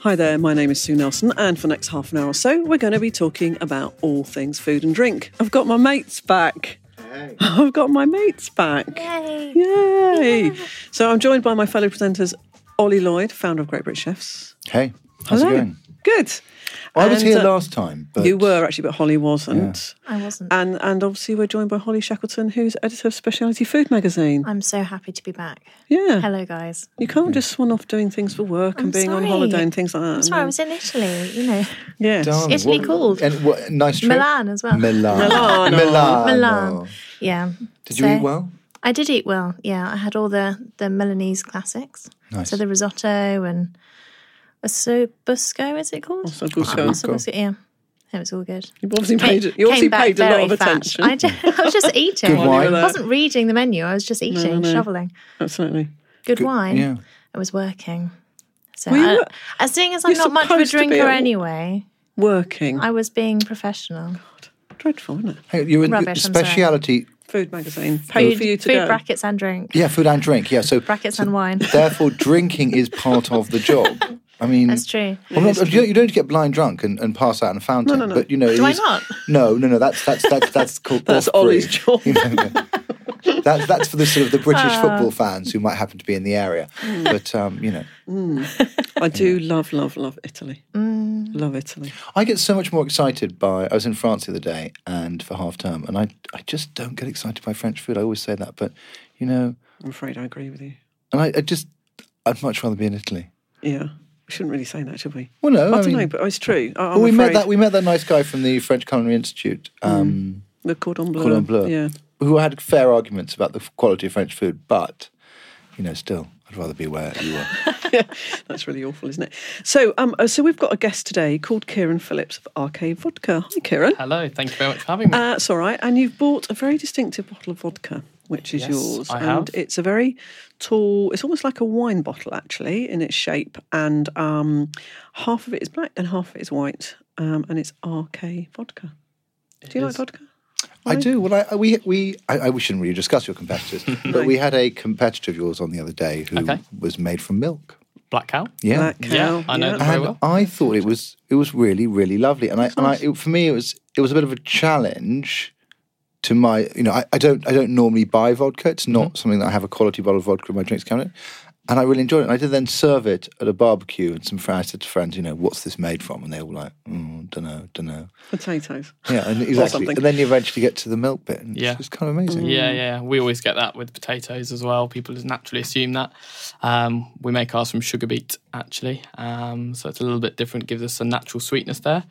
Hi there, my name is Sue Nelson, and for the next half an hour or so, we're going to be talking about all things food and drink. I've got my mates back. Hey. I've got my mates back. Yay. Yay! So I'm joined by my fellow presenters, Ollie Lloyd, founder of Great British Chefs. Hey, how's it going? Good. I was And, here uh, last time, but You were actually, but Holly wasn't. I wasn't. And and obviously we're joined by Holly Shackleton, who's editor of Speciality Food Magazine. I'm so happy to be back. Yeah, Hello, guys. you can't just swan off doing things for work I'm and being on sorry. holiday and things like that. That's why I was in Italy, you know. Yes. darling, Italy called. And what, nice trip. Milan as well. Milan. Milano. Milan. Milan. Yeah. Did you So- eat well? I did eat well. Yeah, I had all the the Milanese classics. Nice. So the risotto and a sobusco, is it called? So good show. Sobusco, yeah. It was all good. You've obviously paid, Came- you obviously came back paid a lot very of fat. attention. I, ju- I was just eating. Good wine. I wasn't reading the menu. I was just eating, no. shoveling. Absolutely. Good, wine. Yeah. I was working. So, Were you I, wo- as seeing as I'm You're not much of a supposed to be drinker at- anyway, Working. I was being professional. Dreadful, isn't it? Hey, you were Rubbish, I'm sorry. speciality. Food magazine. Paid for you to food go. brackets and drink, Yeah, food and drink. Yeah, so brackets and wine. therefore drinking is part of the job. I mean, That's true. I'm not- you, don't- you don't get blind drunk and, and pass out in a fountain, no. but you know, Do it I is- not? No, no, no. That's that's that's that's called That's off-free. Ollie's job. You know, yeah. that's that's for the sort of the British Ah. football fans who might happen to be in the area, Hmm. but um, you know, I do love, love, love Italy. Mm. Love Italy. I get so much more excited by. I was in France the other day and for half term, and I I just don't get excited by French food. I always say that, but you know, I'm afraid I agree with you. and I, I just I'd much rather be in Italy. Yeah. We shouldn't really say that, should we? Well, no, I, I don't mean- know, but it's true. I, I'm Well, we met afraid. that we met that nice guy from the French Culinary Institute, um, The cordon bleu. Cordon Bleu, Yeah. who had fair arguments about the quality of French food, but you know, still, I'd rather be where you were. That's really awful, isn't it? So, um, uh, so we've got a guest today called Kieran Phillips of Arcade Vodka. Hi, Kieran. Hello, thank you very much for having me. That's all right. And you've bought a very distinctive bottle of vodka, which is Yes, yours. I and have. it's a very tall, it's almost like a wine bottle, actually, in its shape. And um, half of it is black and half of it is white. Um, and it's RK vodka. Do you like is. vodka? I do. Well, I- I, we we I, I, we shouldn't really discuss your competitors, but we had a competitor of yours on the other day who Okay. was made from milk. Black cow. Yeah, Black Yeah, cow, I know yeah. them very and well. I thought it was it was really really lovely, and I and I it, for me it was it was a bit of a challenge to my you know I, I don't I don't normally buy vodka. It's not Mm-hmm. something that I have a quality bottle of vodka in my drinks cabinet. And I really enjoyed it. And I did then serve it at a barbecue, and some friends I said to friends, you know, what's this made from? And they were like, mm, don't know, don't know. Potatoes. Yeah, and exactly. something. And then you eventually get to the milk bit, and Yeah. it's kind of amazing. Yeah, yeah. We always get that with potatoes as well. People just naturally assume that. Um, we make ours from sugar beet, actually. Um, so it's a little bit different, gives us a natural sweetness there.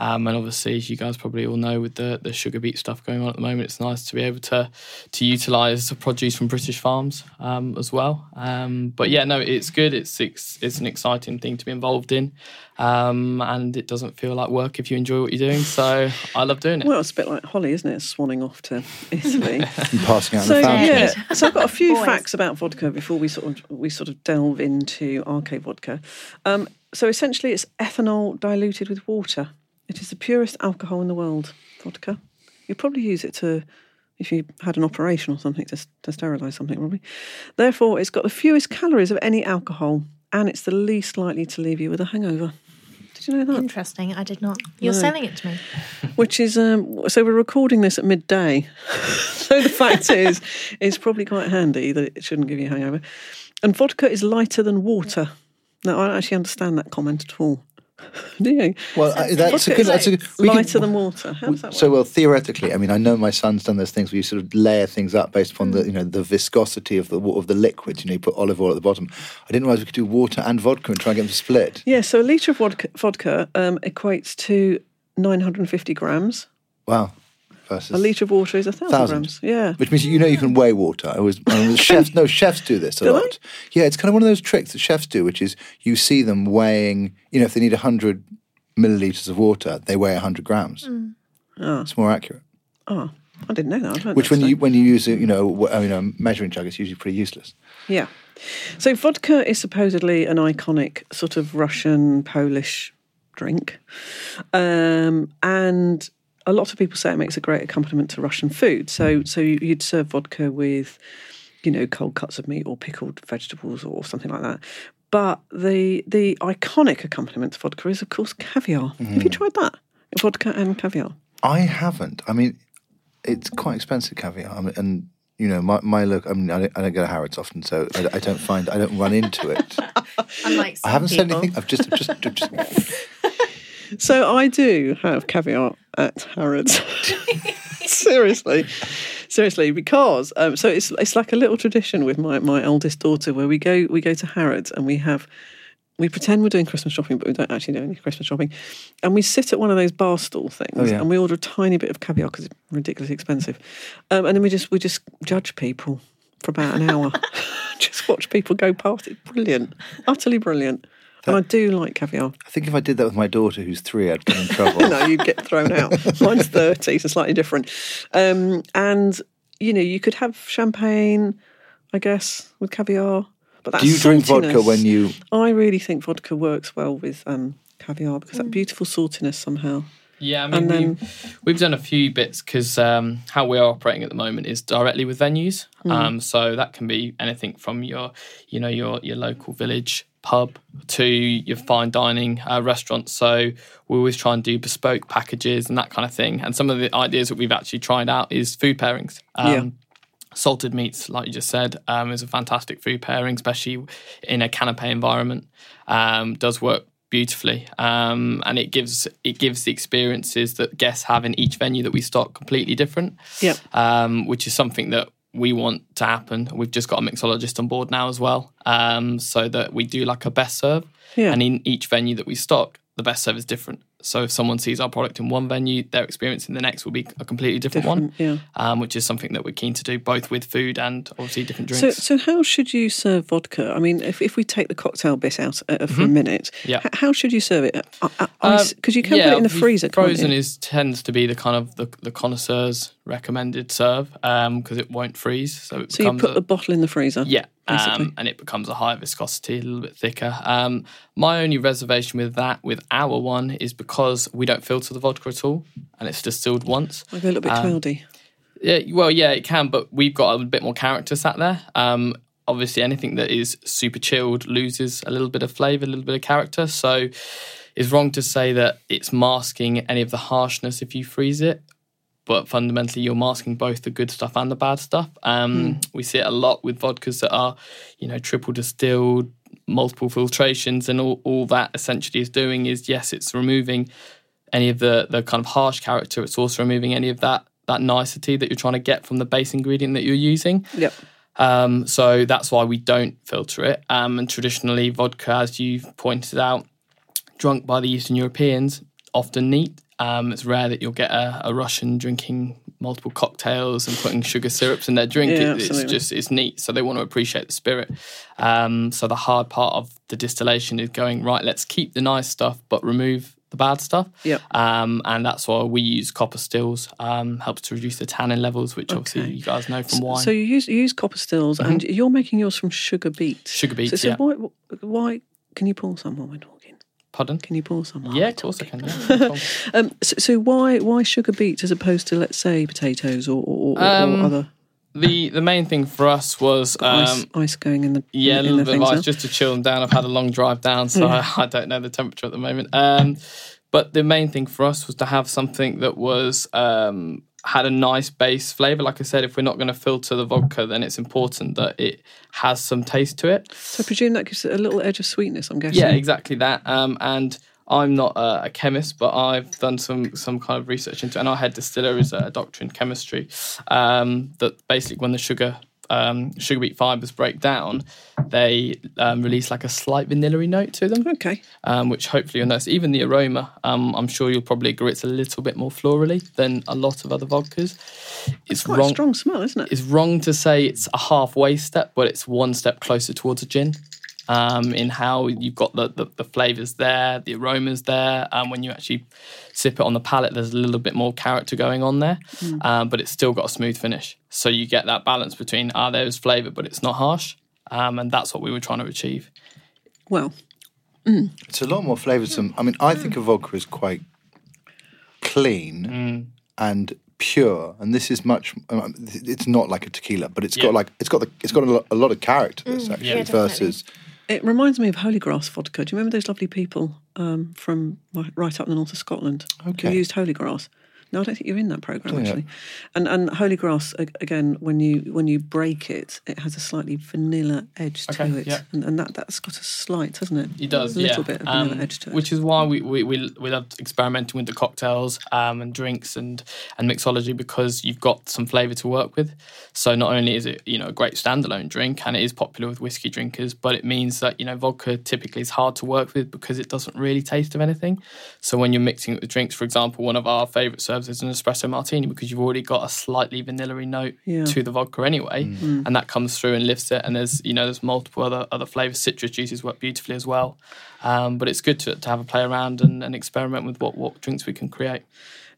Um, and obviously, as you guys probably all know, with the, the sugar beet stuff going on at the moment, it's nice to be able to to utilise the produce from British farms um, as well. Um, but yeah, no, it's good. It's, it's it's an exciting thing to be involved in, um, and it doesn't feel like work if you enjoy what you're doing. So I love doing it. Well, it's a bit like Holly, isn't it? Swanning off to Italy. And passing out in So the fountain. yeah, so I've got a few Boys. facts about vodka before we sort of we sort of delve into RK vodka. Um, so essentially, it's ethanol diluted with water. It is the purest alcohol in the world. Vodka. You'd probably use it to if you had an operation or something to, s- to sterilise something, probably. Therefore, it's got the fewest calories of any alcohol, and it's the least likely to leave you with a hangover. Did you know that? Interesting. I did not. You're selling it to me. which is um, so we're recording this at midday. so the fact is, it's probably quite handy that it shouldn't give you a hangover. And vodka is lighter than water. Now I don't actually understand that comment at all. Do you? Well, I, that's Vodka a good. is That's a good. we can- lighter than water. How does that work? So well, theoretically, I mean, I know my son's done those things where you sort of layer things up based upon Mm. the you know the viscosity of the wa- of the liquid. You know, you put olive oil at the bottom. I didn't realize we could do water and vodka and try and get them to split. yeah, so a litre of vodka, vodka um, equates to 950 grams. Wow, versus A litre of water is a thousand, Thousand. grams. Yeah. Which means you know you can weigh water. I was, I was chefs. No, chefs do this a Do they? lot. Yeah, it's kind of one of those tricks that chefs do, which is you see them weighing. You know, if they need hundred milliliters of water, they weigh hundred grams. Mm. It's more accurate. Oh, I didn't know that. I've learned Which that when today. you when you use a, you know w- I mean a measuring jug, it's usually pretty useless. Yeah. So vodka is supposedly an iconic sort of Russian Polish drink. Um, and a lot of people say it makes a great accompaniment to Russian food. So so you- you'd serve vodka with you know cold cuts of meat or pickled vegetables or something like that. But the the iconic accompaniment to vodka is of course caviar. Have you tried that? Vodka and caviar. I haven't. I mean, it's quite expensive caviar, I mean, and you know my, my look. I mean, I don't, I don't go to Harrods often, so I, don't- I don't find I don't run into it. Unlike some I haven't said people. anything. I've just just just. So I do have caviar at Harrods. seriously, seriously, because um, so it's it's like a little tradition with my my oldest daughter where we go we go to Harrods and we have. We pretend we're doing Christmas shopping, but we don't actually do any Christmas shopping. And we sit at one of those bar stall things, yeah. and we order a tiny bit of caviar because it's ridiculously expensive. Um, and then we just we just judge people for about an hour, just watch people go past. It's brilliant, utterly brilliant. And I do like caviar. I think if I did that with my daughter, who's three, I'd get in trouble. no, you'd get thrown out. Mine's 30, so slightly different. Um, and, you know, you could have champagne, I guess, with caviar. But that's Do you drink vodka saltiness. when you? I really think vodka works well with um, caviar because that beautiful saltiness somehow. Yeah, I mean, And then- we've, we've done a few bits because um, how we are operating at the moment is directly with venues. Mm. Um, so that can be anything from your, you know, your your local village pub to your fine dining uh, restaurants. So we always try and do bespoke packages and that kind of thing. And some of the ideas that we've actually tried out is food pairings. Um, Yeah. Salted meats, like you just said, um, is a fantastic food pairing, especially in a canapé environment. Um, does work beautifully, um, and it gives it gives the experiences that guests have in each venue that we stock completely different. Yep. um, which is something that we want to happen. We've just got a mixologist on board now as well, um, so that we do like a best serve, Yeah. and in each venue that we stock, the best serve is different. So if someone sees our product in one venue, their experience in the next will be a completely different, one. yeah. Um, which is something that we're keen to do, both with food and obviously different So, drinks. so how should you serve vodka? I mean, if, if we take the cocktail bit out uh, for a minute, Mm-hmm. Yeah. h- how should you serve it? Uh, Because you can yeah, put it in the f- freezer. can't Frozen you? is tends to be the kind of the, the connoisseur's recommended serve because it won't freeze, so it So you becomes put a, the bottle in the freezer. yeah, basically. um, and it becomes a higher viscosity, a little bit thicker. Um, my only reservation with that, with our one, is because we don't filter the vodka at all, and it's distilled once. I go a little Um, bit cloudy. Yeah, well, yeah, it can, but we've got a bit more character sat there. Um, obviously, anything that is super chilled loses a little bit of flavour, a little bit of character. So it's wrong to say that it's masking any of the harshness if you freeze it. But fundamentally, you're masking both the good stuff and the bad stuff. Um, We see it a lot with vodkas that are, you know, triple distilled, multiple filtrations, and all, all that essentially is doing is yes, it's removing any of the the kind of harsh character. It's also removing any of that that nicety that you're trying to get from the base ingredient that you're using. Yep. Um, so that's why we don't filter it. Um, and traditionally, vodka, as you pointed out, drunk by the Eastern Europeans, often neat. Um, it's rare that you'll get a, a Russian drinking multiple cocktails and putting sugar syrups in their drink. Yeah, It- it's absolutely. just it's neat. So they want to appreciate the spirit. Um, so the hard part of the distillation is going right. Let's keep the nice stuff, but remove the bad stuff. Yep. Um, and that's why we use copper stills. Um, helps to reduce the tannin levels, which obviously you guys know from wine. So you use you use copper stills, and you're making yours from sugar beet. Mm-hmm. Sugar So, beets, so yeah. why why can you pour some while we're talking? Pardon? Can you pour some? while Yeah, we're of course I talking? can. Yeah, no problem. Um, so, so why why sugar beets as opposed to let's say potatoes or or, or, or Um, other the the main thing for us was ice, um, ice going in the yeah, in, a in little the bit of things ice now? just to chill them down. I've had a long drive down, so I, I don't know the temperature at the moment. Um, but the main thing for us was to have something that was um, had a nice base flavour. Like I said, if we're not going to filter the vodka, then it's important that it has some taste to it. So I presume that gives it a little edge of sweetness. I'm guessing. Yeah, exactly that. Um, and I'm not a, a chemist, but I've done some some kind of research into. it. And our head distiller is a doctor in chemistry. Um, that basically, when the sugar um, sugar beet fibers break down, they um, release like a slight vanillary note to them, Okay. um, which hopefully you'll notice. Even the aroma, um, I'm sure you'll probably agree, it's a little bit more florally than a lot of other vodkas. It's Quite a wrong. strong smell, isn't it? It's wrong to say it's a halfway step, but it's one step closer towards a gin. Um, in how you've got the, the, the flavors there, the aromas there, and when you actually sip it on the palate, there's a little bit more character going on there, um, but it's still got a smooth finish. So you get that balance between ah, there's flavor, but it's not harsh, um, and that's what we were trying to achieve. Well, It's a lot more flavoursome. I mean, I think a vodka is quite clean Mm. and pure, and this is much. um, It's not like a tequila, but it's Yeah. got like it's got the, it's got a lot, a lot of character. to This actually Mm. yeah, definitely. versus it reminds me of holy grass vodka. Do you remember those lovely people um, from wi- right up in the north of Scotland Okay. who used holy grass? No, I don't think you're in that program Yeah. actually. And and holy grass a- again, when you when you break it, it has a slightly vanilla edge to Okay, it, yeah. and, and that that's got a slight, hasn't it? It does, a little yeah. bit of vanilla Um, edge to it. Which is why we we we, we love experimenting with the cocktails um, and drinks and and mixology because you've got some flavour to work with. So not only is it you know a great standalone drink and it is popular with whiskey drinkers, but it means that you know vodka typically is hard to work with because it doesn't really taste of anything. So when you're mixing it with drinks, for example, one of our favourite serves is an espresso martini because you've already got a slightly vanilla note Yeah. to the vodka anyway, and that comes through and lifts it. And there's you know there's multiple other other flavors. Citrus juices work beautifully as well, um, but it's good to, to have a play around and, and experiment with what what drinks we can create.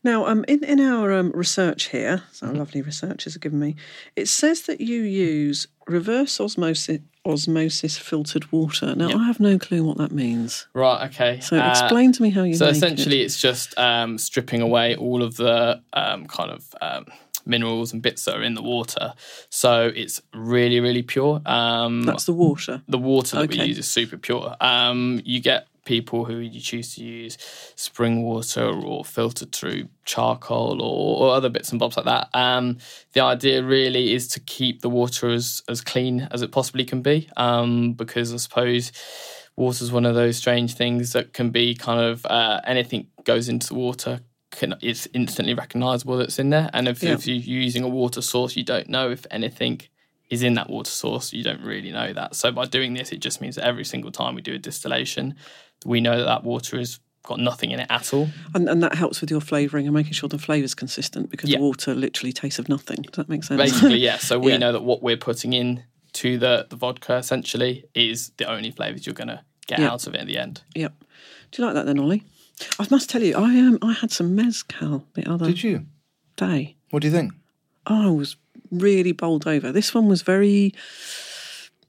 Now, um, in, in our um, research here, so Mm-hmm. lovely researchers have given me, it says that you use reverse osmosis, osmosis filtered water. Now, I have no clue what that means. Right. Okay. So explain to me how you Uh, So make essentially, it. it's just um, stripping away all of the um, kind of um, minerals and bits that are in the water. So it's really really pure. Um, That's the water. the water that we Okay. use is super pure. Um, you get people who you choose to use spring water or filtered through charcoal or, or other bits and bobs like that. Um, the idea really is to keep the water as, as clean as it possibly can be um, because I suppose water is one of those strange things that can be kind of uh, anything goes into the water. Can, it's instantly recognizable that's in there. And if, Yeah. if you're using a water source, you don't know if anything is in that water source, you don't really know that. So by doing this, it just means that every single time we do a distillation, we know that that water has got nothing in it at all. And, and that helps with your flavouring and making sure the flavour's consistent because Yeah. the water literally tastes of nothing. Does that make sense? Basically, yeah. So we Yeah. know that what we're putting in to the, the vodka essentially is the only flavors you're going to get Yeah. out of it at the end. yep. Do you like that then, Ollie? I must tell you, I um, I had some mezcal the other did you? day. What do you think? I was really bowled over. This one was very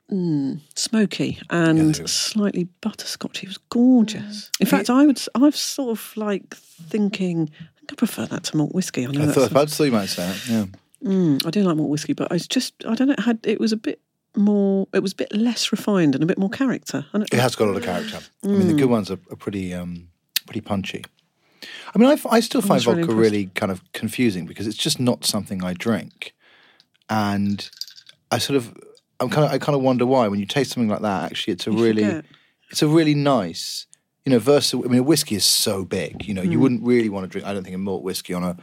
mm, smoky and they were. slightly butterscotchy. It was gorgeous. Mm. In fact, I would. I've sort of like thinking. I think I prefer that to malt whiskey. I know I that's thought I thought you might say that. Yeah. Mm, I do like malt whiskey, but I was just. I don't know. It had it was a bit more. It was a bit less refined and a bit more character. I don't- It has got a lot of character. I mean, the good ones are, are pretty, um, pretty punchy. I mean, I, f- I still find was really vodka really, impressed. kind of confusing because it's just not something I drink, and I sort of, I'm kind of, I kind of wonder why when you taste something like that. Actually, it's a really, forget. it's a really nice, you know. Versus, I mean, whiskey is so big. You know, you wouldn't really want to drink. I don't think a malt whiskey on a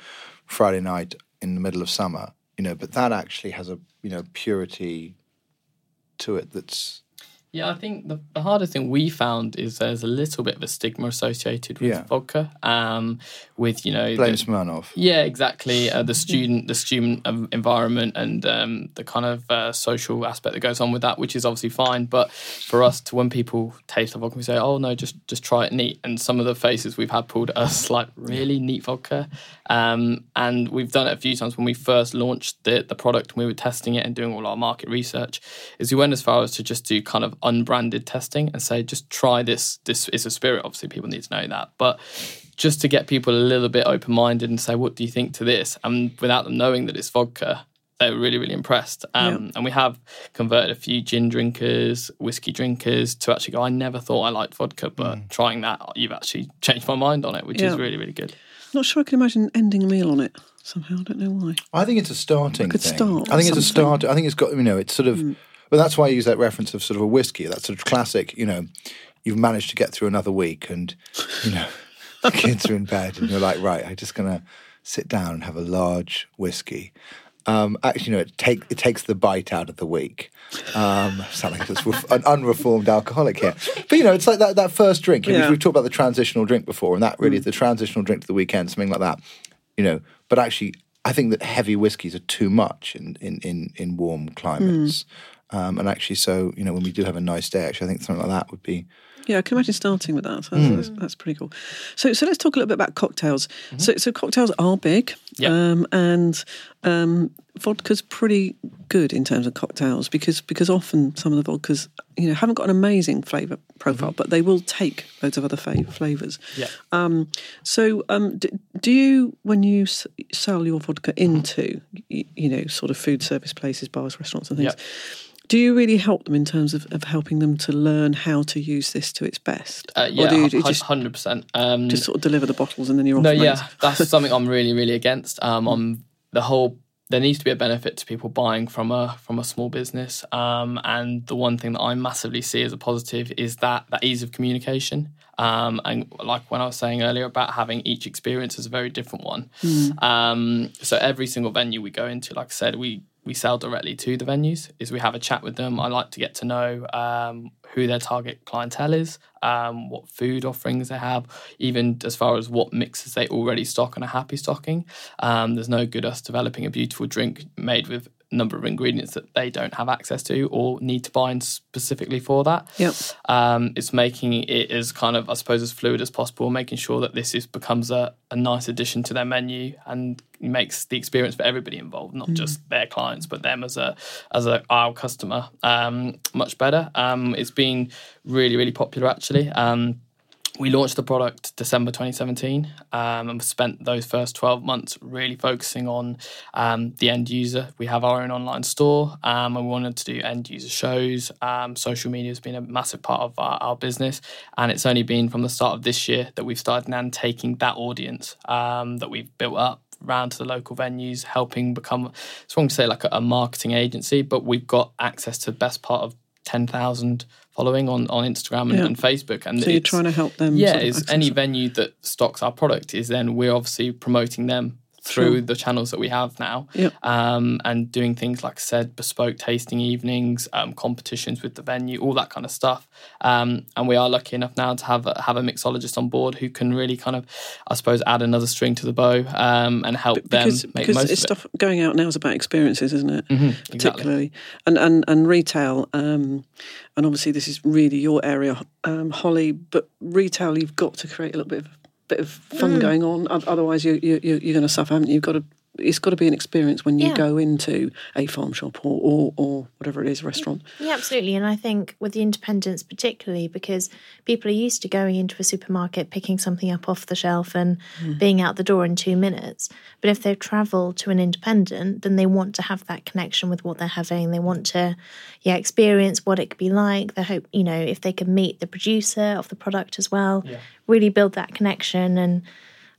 Friday night in the middle of summer. You know, but that actually has a you know purity to it that's Yeah, I think the, the harder thing we found is there's a little bit of a stigma associated with Yeah. vodka, um, with, you know, blame the- Smirnoff. Yeah, exactly. Uh, the student, the student um, environment, and um, the kind of uh, social aspect that goes on with that, which is obviously fine. But for us, to when people taste the vodka, we say, "Oh no, just just try it neat." And some of the faces we've had pulled at us like really neat vodka, um, and we've done it a few times when we first launched the the product. and We were testing it and doing all our market research. Is we went as far as to just do kind of unbranded testing and say, "Just try this. This is a spirit." Obviously, people need to know that, but just to get people a little bit open minded and say, what do you think to this? And without them knowing that it's vodka, they were really, really impressed. Um, And we have converted a few gin drinkers, whiskey drinkers to actually go, I never thought I liked vodka, but trying that, you've actually changed my mind on it, which Mm. Yeah. is really, really good. Not sure I can imagine ending a meal on it somehow. I don't know why. I think it's a starting. could thing. start I think it's something. Mm. a start. I think it's got you know. It's sort of. Well, that's why I use that reference of sort of a whiskey. That sort of classic. You know, you've managed to get through another week, and you know, the kids are in bed, and you're like, right, I'm just gonna sit down and have a large whiskey. Um, actually, no, it, take, it takes the bite out of the week. Um, sound like it's ref- an unreformed alcoholic here. But, you know, it's like that, that first drink. You know, Yeah. We've talked about the transitional drink before, and that really is the transitional drink to the weekend, something like that. You know, but actually, I think that heavy whiskies are too much in, in, in, in warm climates. Um, and actually, so, you know, when we do have a nice day, actually, I think something like that would be Yeah, I can imagine starting with that. So Hmm. that's, that's, that's pretty cool. So, so let's talk a little bit about cocktails. Mm-hmm. So, so cocktails are big, Yeah. um, and um, vodka's pretty good in terms of cocktails because because often some of the vodkas you know haven't got an amazing flavour Mm-hmm. profile, but they will take loads of other fa- flavours. Yeah. Um, so, um, do, do you when you s- sell your vodka into y- you know sort of food service places, bars, restaurants, and things? Yeah. Do you really help them in terms of, of helping them to learn how to use this to its best? Uh, yeah, or do you, do you hun- just, 100%. Um, just sort of deliver the bottles and then you're off? no, and yeah, running? that's something I'm really, really against. Um, on the whole, there needs to be a benefit to people buying from a from a small business. Um, and the one thing that I massively see as a positive is that that ease of communication. Um, and like when I was saying earlier about having each experience is a very different one. Um, so every single venue we go into, like I said, we we sell directly to the venues is we have a chat with them i like to get to know um, who their target clientele is um, what food offerings they have even as far as what mixes they already stock and are happy stocking um, there's no good us developing a beautiful drink made with a number of ingredients that they don't have access to or need to buy in specifically for that Yep. um, it's making it as kind of i suppose as fluid as possible making sure that this is becomes a, a nice addition to their menu and makes the experience for everybody involved not just their clients but them as a as a our customer um, much better um, it's been really really popular actually um, we launched the product December 2017 um, and spent those first 12 months really focusing on um, the end user. We have our own online store um, and we wanted to do end user shows. Um, social media has been a massive part of our, our business. And it's only been from the start of this year that we've started now taking that audience um, that we've built up round to the local venues, helping become, it's wrong to say like a, a marketing agency, but we've got access to the best part of 10,000 following on, on Instagram and, Yeah. and Facebook. And So you're it's- trying to help them. yeah, sort of is access any it. venue that stocks our product is then we're obviously promoting them through the channels that we have now Yep. um, and doing things like I said, bespoke tasting evenings, um, competitions with the venue, all that kind of stuff. Um, and we are lucky enough now to have a, have a mixologist on board who can really kind of, I suppose, add another string to the bow um, and help because, them make because most it's of it. Mm-hmm, stuff going out now is about experiences, isn't it? Exactly. Particularly, and and and retail, um, and obviously this is really your area, um, Holly. But retail, you've got to create a little bit of bit of fun Mm. going on. Oth- Otherwise, you, you you- you're going to suffer, haven't you? You've got to. It's got to be an experience when you Yeah. go into a farm shop or, or, or whatever it is, restaurant. Yeah, absolutely. And I think with the independents, particularly because people are used to going into a supermarket, picking something up off the shelf and Mm. being out the door in two minutes. But if they've traveled to an independent, then they want to have that connection with what they're having. They want to, yeah, experience what it could be like. They hope, you know, if they can meet the producer of the product as well, really build that connection and.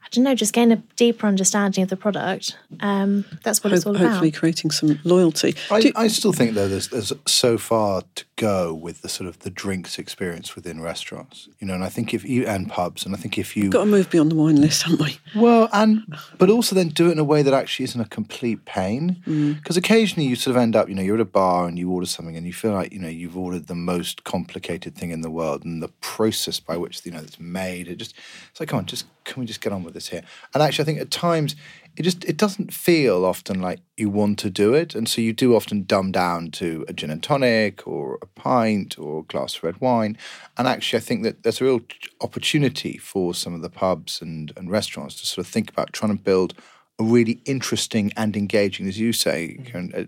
I don't know, just gain a deeper understanding of the product. Um, that's what it's all Hope- about. hopefully, creating some loyalty. I, I still think though there's, there's so far to go with the sort of the drinks experience within restaurants, you know, and I think if you and pubs, and I think if you Got to move beyond the wine list, haven't we? well, and but also then do it in a way that actually isn't a complete pain, because occasionally you sort of end up, you know, you're at a bar and you order something and you feel like you know you've ordered the most complicated thing in the world, and the process by which you know it's made, it just it's like come on, just can we just get on with this here? And actually, I think at times it just it doesn't feel often like you want to do it, and so you do often dumb down to a gin and tonic or a pint or a glass of red wine. And actually, I think that there's a real ch- opportunity for some of the pubs and and restaurants to sort of think about trying to build a really interesting and engaging, as you say, Karen, uh,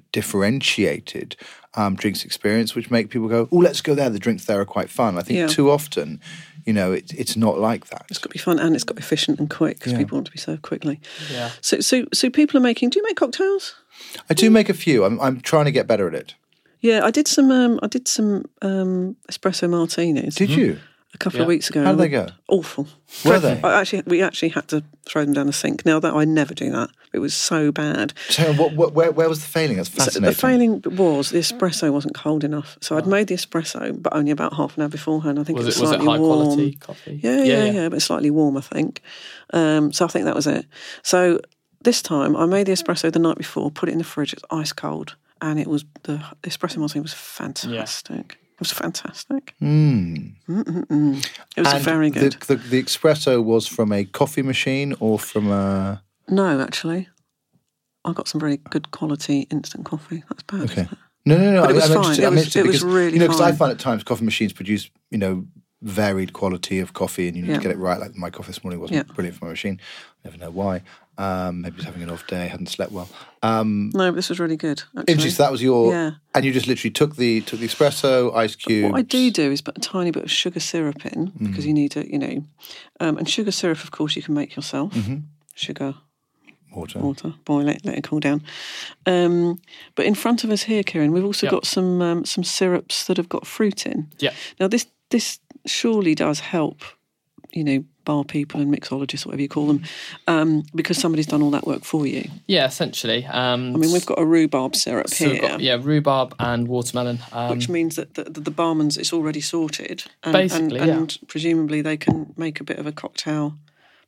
differentiated um, drinks experience, which make people go, "Oh, let's go there." The drinks there are quite fun. I think Yeah. too often, you know, it, it's not like that. It's got to be fun and it's got to be efficient and quick because people want to be served quickly. Yeah. So, so, so people are making. Do you make cocktails? I do make a few. I'm, I'm trying to get better at it. Yeah, I did some. Um, I did some um, espresso martinis Did you? a couple Yeah. of weeks ago. How did they go? Awful. Were they? I actually, we actually had to throw them down the sink. Now that I never do that. It was so bad. So what, what, where, where was the failing? That's So fascinating. Oh. the failing was the espresso wasn't cold enough. So I'd made the espresso, but only about half an hour beforehand. I think Was it was it, was it slightly high warm. quality coffee? Yeah, yeah, yeah, but it's slightly warm, I think. Um, so I think that was it. So this time I made the espresso the night before, put it in the fridge, it's ice cold, and it was the espresso martini was fantastic. It was fantastic. It was Hmm. And very good. The, the, the espresso was from a coffee machine or from a. No, actually, I got some really good quality instant coffee. That's bad. Okay. Isn't it? No, no, no. But it I, was I mentioned fine. I It was- mentioned it was because, really You know, because I fine. find at times coffee machines produce, you know, varied quality of coffee, and you need Yeah. to get it right. Like my coffee this morning wasn't Yeah. brilliant for my machine. Never know why. Um, maybe I was having an off day. Hadn't slept well. Um, No, but this was really good. Actually. interesting. So that was your. Yeah. And you just literally took the took the espresso, ice cubes. What I do do is put a tiny bit of sugar syrup in Hmm. because you need it, you know. Um, and sugar syrup, of course, you can make yourself. Mm-hmm. Sugar, Water. water, boil it, let it cool down. Um, but in front of us here, Kieran, we've also Yeah. got some um, some syrups that have got fruit in. Yeah. Now this this surely does help, you know, bar people and mixologists, whatever you call them, um, because somebody's done all that work for you. Yeah, essentially. Um, I mean, we've got a rhubarb syrup so here. we've got, yeah, rhubarb and watermelon. Um, Which means that the, the, the barman's it's already sorted, and, Basically, and, yeah. and presumably they can make a bit of a cocktail,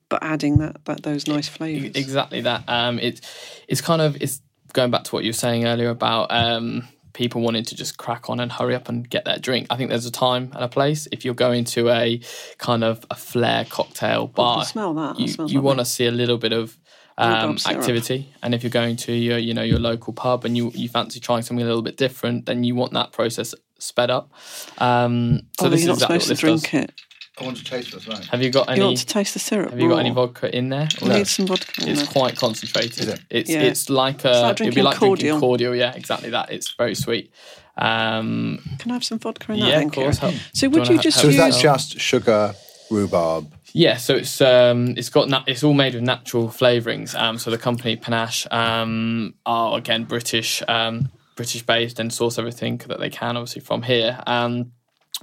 but adding that, that those nice E- flavors. Exactly that. Um, it's it's kind of it's going back to what you were saying earlier about um, people wanting to just crack on and hurry up and get that drink. I think there's a time and a place. If you're going to a kind of a flair cocktail bar, Oh, smell that. That You, smells you lovely. want to see a little bit of um, Rhubarb syrup. activity, and if you're going to your you know your local pub and you you fancy trying something a little bit different, then you want that process sped up. Um, so Although this Oh, is you're not exactly supposed what to this drink does. it. I want to taste it. Right. Have you got any? You want to Oh. taste the syrup. have you got any raw. vodka in there? We need some vodka. in It's there. quite concentrated. it? It's Yeah. it's like a like it'd be drinking like cordial. drinking cordial. Yeah, exactly that. It's very sweet. Um, Can I have some vodka in that? yeah, of then, Kieran? course. Help- So do would wanna you ha- just help So is that use- yourself? just sugar, rhubarb? Yeah, so it's um, it's got na- it's all made with natural flavorings. Um, so the company Panache um, are again British, um, British based, and source everything that they can, obviously from here. Um,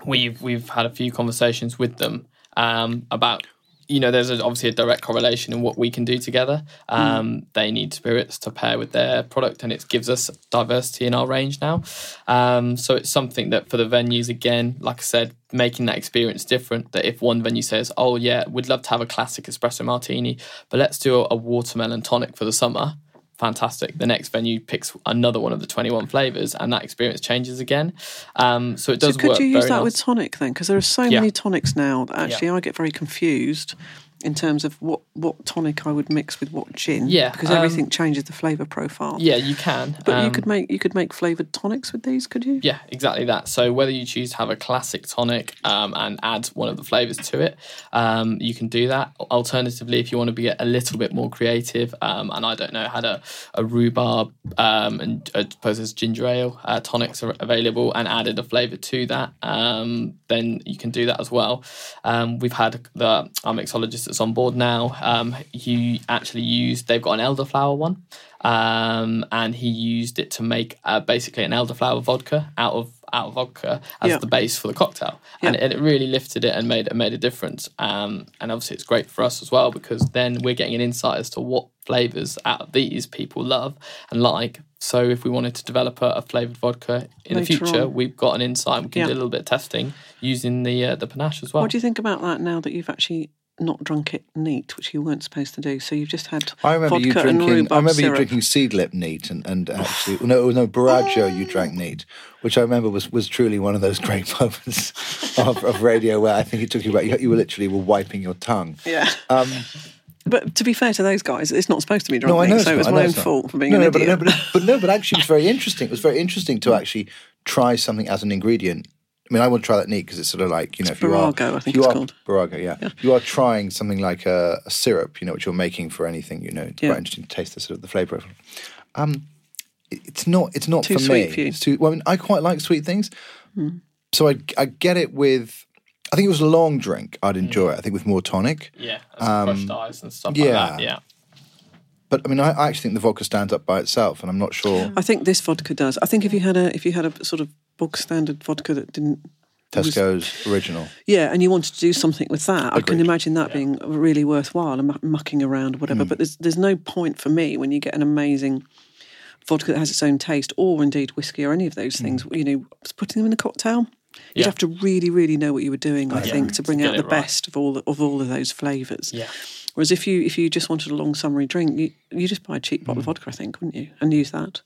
we've we've had a few conversations with them um, about you know there's a, obviously a direct correlation in what we can do together. Um, They need spirits to pair with their product, and it gives us diversity in our range now. Um, so it's something that for the venues again, like I said, making that experience different. That if one venue says, "Oh yeah, we'd love to have a classic espresso martini, but let's do a, a watermelon tonic for the summer." fantastic. The next venue picks another one of the 21 flavors, and that experience changes again. Um, so it does So could work you use very that nice. with tonic then? Because there are so Yeah. many tonics now that actually I get very confused in terms of what, what tonic I would mix with what gin. Yeah, Because um, everything changes the flavour profile. yeah, you can. But you Um, could make you could make flavoured tonics with these, could you? Yeah, exactly that. So whether you choose to have a classic tonic um, and add one of the flavors to it, um, you can do that. Alternatively, if you want to be a little bit more creative, um, and I don't know, had a, a rhubarb um, and I suppose there's ginger ale uh, tonics are available and added a flavor to that, um, then you can do that as well. Um, we've had the our mixologist that's on board now. Um, he actually used they've got an elderflower one um, and he used it to make uh, basically an elderflower vodka out of out of vodka as Yeah. the base for the cocktail, and, and it really lifted it and made it made a difference. Um, and obviously, it's great for us as well because then we're getting an insight as to what flavors out of these people love and like. So, if we wanted to develop a, a flavored vodka in the Later future, on. we've got an insight. We can Yeah. do a little bit of testing using the uh, the panache as well. What do you think about that now that you've actually not drunk it neat, which you weren't supposed to do? So you've just had I remember vodka you drinking. and I rhubarb remember you syrup. Oh. drinking seed lip neat and and actually no no Baraggio you drank neat, which I remember was was truly one of those great moments of, of radio where I think it took you about you, you were literally were wiping your tongue. Yeah. but to be fair to those guys, it's not supposed to be drunk. um, No, I know. so it was it's not, I my know own it's not. fault for being no, an no, idiot. But, no, but, but no, but actually, it was very interesting. It was very interesting to actually try something as an ingredient. I mean, I want to try that neat because it's sort of like you know, if you are, Barago, I think if you it's are, called. Barago, yeah. If you are trying something like a, a syrup, you know, which you're making for anything, you know, it's Yeah. quite interesting to taste the sort of the flavour of it. Um, it- it's not, it's not Too for sweet me. for you. Hmm. It's too. Well, I mean, I quite like sweet things, so I, I get it with. I think it was a long drink. I'd Hmm. enjoy it. I think with more tonic. yeah, and some crushed ice and stuff yeah. like that. Yeah. But I mean, I, I actually think the vodka stands up by itself, and I'm not sure. I think this vodka does. I think if you had a if you had a sort of bog standard vodka that didn't was- Tesco's original. yeah, and you wanted to do something with that, I can Agreed. imagine that being really worthwhile and mu- mucking around or Hmm. whatever. But there's there's no point for me when you get an amazing Hmm. vodka that has its own taste, or indeed whiskey or any of those things. You know, putting them in a cocktail. You'd Yeah. have to really, really know what you were doing, I think, to bring get out it the right. best of all of all of those flavours. Yeah. Whereas if you if you just wanted a long summery drink, you you just buy a cheap bottle of vodka, I think, wouldn't you, and use that,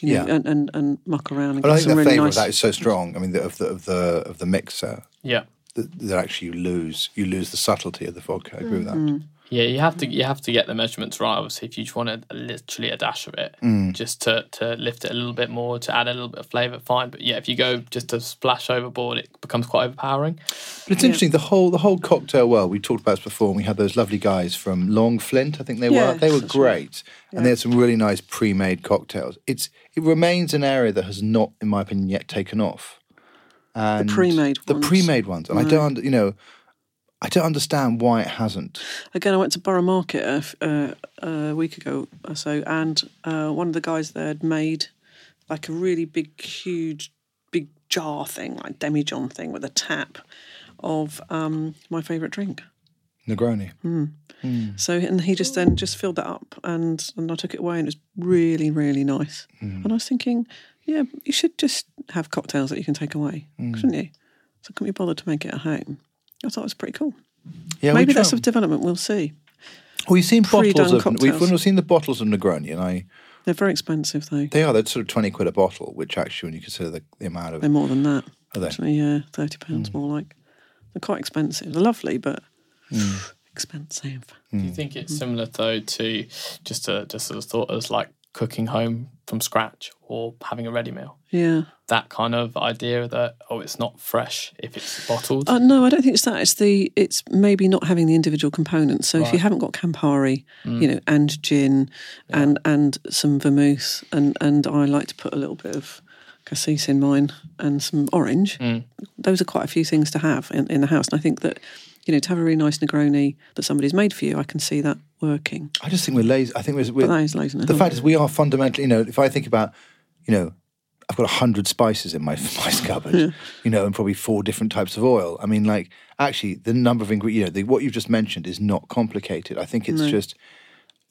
you know, Hmm. Yeah. and, and and muck around and But I get think the some really flavour nice. of that is so strong. I mean, the, of the of the of the mixer Yeah. that, that actually you lose you lose the subtlety of the vodka. I agree with that. Mm-hmm. Yeah, you have to you have to get the measurements right. Obviously, if you just want a, literally a dash of it, just to, to lift it a little bit more, to add a little bit of flavour, fine. But yeah, if you go just to splash overboard, it becomes quite overpowering. But it's interesting the whole the whole cocktail world. We talked about this before. And we had those lovely guys from Long Flint. I think they Yes, were they were that's right. great, and they had some really nice pre-made cocktails. It's it remains an area that has not, in my opinion, yet taken off. And pre-made the ones. pre-made ones, and I Mm. don't under- you know. I don't understand why it hasn't. Again, I went to Borough Market a, f- uh, a week ago or so, and uh, one of the guys there had made like a really big, huge, big jar thing, like demijohn thing with a tap of um, my favourite drink. Negroni. Mm. So and he just then just filled that up and and I took it away and it was really really nice. Mm. And I was thinking, yeah, you should just have cocktails that you can take away, Mm. shouldn't you? So couldn't be bothered to make it at home. I thought it was pretty cool. Yeah, we Maybe that's try- a development. We'll see. Well, you've seen Pre-done bottles of we've, cocktails. we've seen the bottles of Negroni, and I They're very expensive though. they are they're sort of twenty quid a bottle, which actually, when you consider the, the amount They're of more than that. Are they? Hmm. Actually, yeah, thirty pounds more like. They're quite expensive. They're lovely, but Hmm. expensive. Do you think Mm-hmm. it's similar though to just a just sort of thought as like cooking home from scratch or having a ready meal? Yeah. That kind of idea that oh, it's not fresh if it's bottled. Uh, no, I don't think it's that. It's the it's maybe not having the individual components. So if you haven't got Campari, Hmm. you know, and gin, and and some vermouth, and and I like to put a little bit of cassis in mine and some orange. Hmm. Those are quite a few things to have in, in the house, and I think that you know to have a really nice Negroni that somebody's made for you, I can see that working. I just think we're lazy. I think we're, But that we're is uh-huh. laziness. the fact is we are fundamentally. You know, if I think about, you know, I've got hundred spices in my my spice cupboard. You know, and probably four different types of oil. I mean, like actually, the number of ingredients. You know, the, what you've just mentioned is not complicated. I think it's just.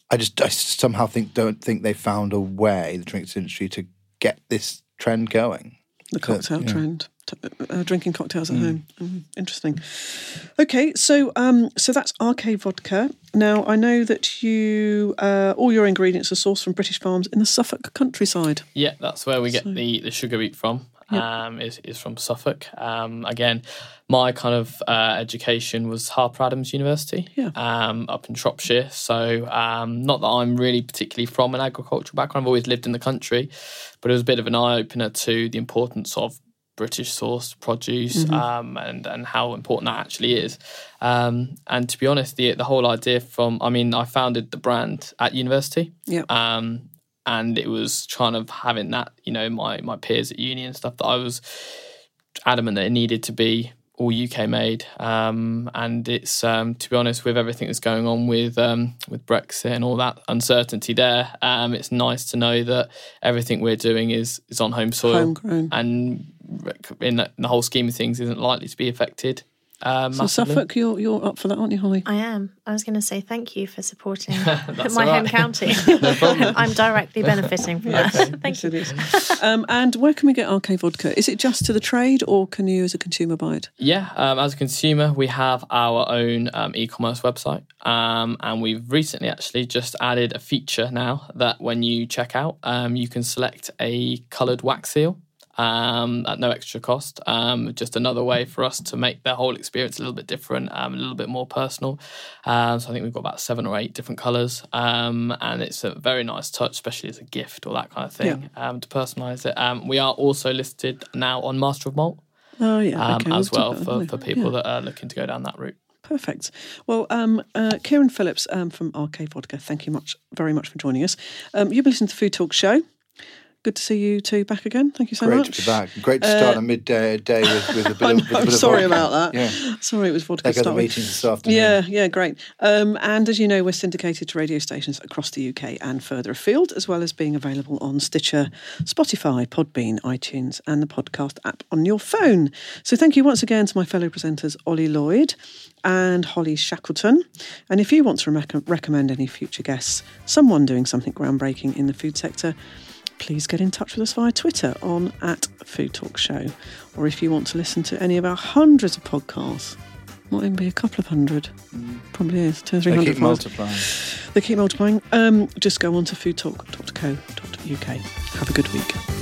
I just I somehow think don't think they found a way the drinks industry to get this trend going. the cocktail trend, t- uh, drinking cocktails at home. Mm, interesting. Okay, so um, so that's RK vodka. Now I know that you uh, all your ingredients are sourced from British farms in the Suffolk countryside. Yeah, that's where we get the, the sugar beet from. Um, is is from Suffolk. Um, again, my kind of uh, education was Harper Adams University. Yeah. Um, up in Shropshire. So um, not that I'm really particularly from an agricultural background. I've always lived in the country, but it was a bit of an eye opener to the importance of British sourced produce um, and and how important that actually is. Um, and to be honest, the the whole idea from I mean, I founded the brand at university Yeah, um, and it was kind of having that you know my my peers at uni and stuff that I was adamant that it needed to be all UK made um, and it's um, to be honest with everything that's going on with um, with Brexit and all that uncertainty there um, it's nice to know that everything we're doing is is on home soil Homegrown. and in the, in the whole scheme of things isn't likely to be affected um, so Suffolk, you're you're up for that, aren't you, Holly? I am. I was going to say thank you for supporting That's my all home right. county. I'm directly benefiting from that. Thank you. is. um, and where can we get RK vodka? Is it just to the trade, or can you, as a consumer, buy it? Yeah, um, as a consumer, we have our own um, e-commerce website, um, and we've recently actually just added a feature now that when you check out, um, you can select a coloured wax seal um, at no extra cost. Um, just another way for us to make the whole experience a little bit different, um, a little bit more personal. Um, so I think we've got about seven or eight different colours, um, and it's a very nice touch, especially as a gift or that kind of thing, um, to personalise it. Um, we are also listed now on Master of Malt Oh yeah, um, okay, we'll as talk well about that, for, won't for we? people that are looking to go down that route. Perfect. Well, um, uh, Kieran Phillips um, from RK Vodka, thank you much, very much for joining us. Um, you've been listening to the Food Talk Show. Good to see you two back again. Thank you so Great much. to be back. Great to start a midday day with, with a bit of. with a I'm bit of Uh, sorry vodka. about that. Yeah, Sorry, it was vodka. like to other start with. meetings this afternoon. Yeah, yeah, great. Um, and as you know, we're syndicated to radio stations across the UK and further afield, as well as being available on Stitcher, Spotify, Podbean, iTunes, and the podcast app on your phone. So thank you once again to my fellow presenters, Ollie Lloyd and Holly Shackleton. And if you want to rec- recommend any future guests, someone doing something groundbreaking in the food sector, please get in touch with us via Twitter on at Food Talk Show. Or if you want to listen to any of our hundreds of podcasts, might even be a couple of hundred. Probably is, two or three They hundred. keep for us. multiplying. They keep multiplying. Um, just go on to foodtalk.co.uk. Have a good week.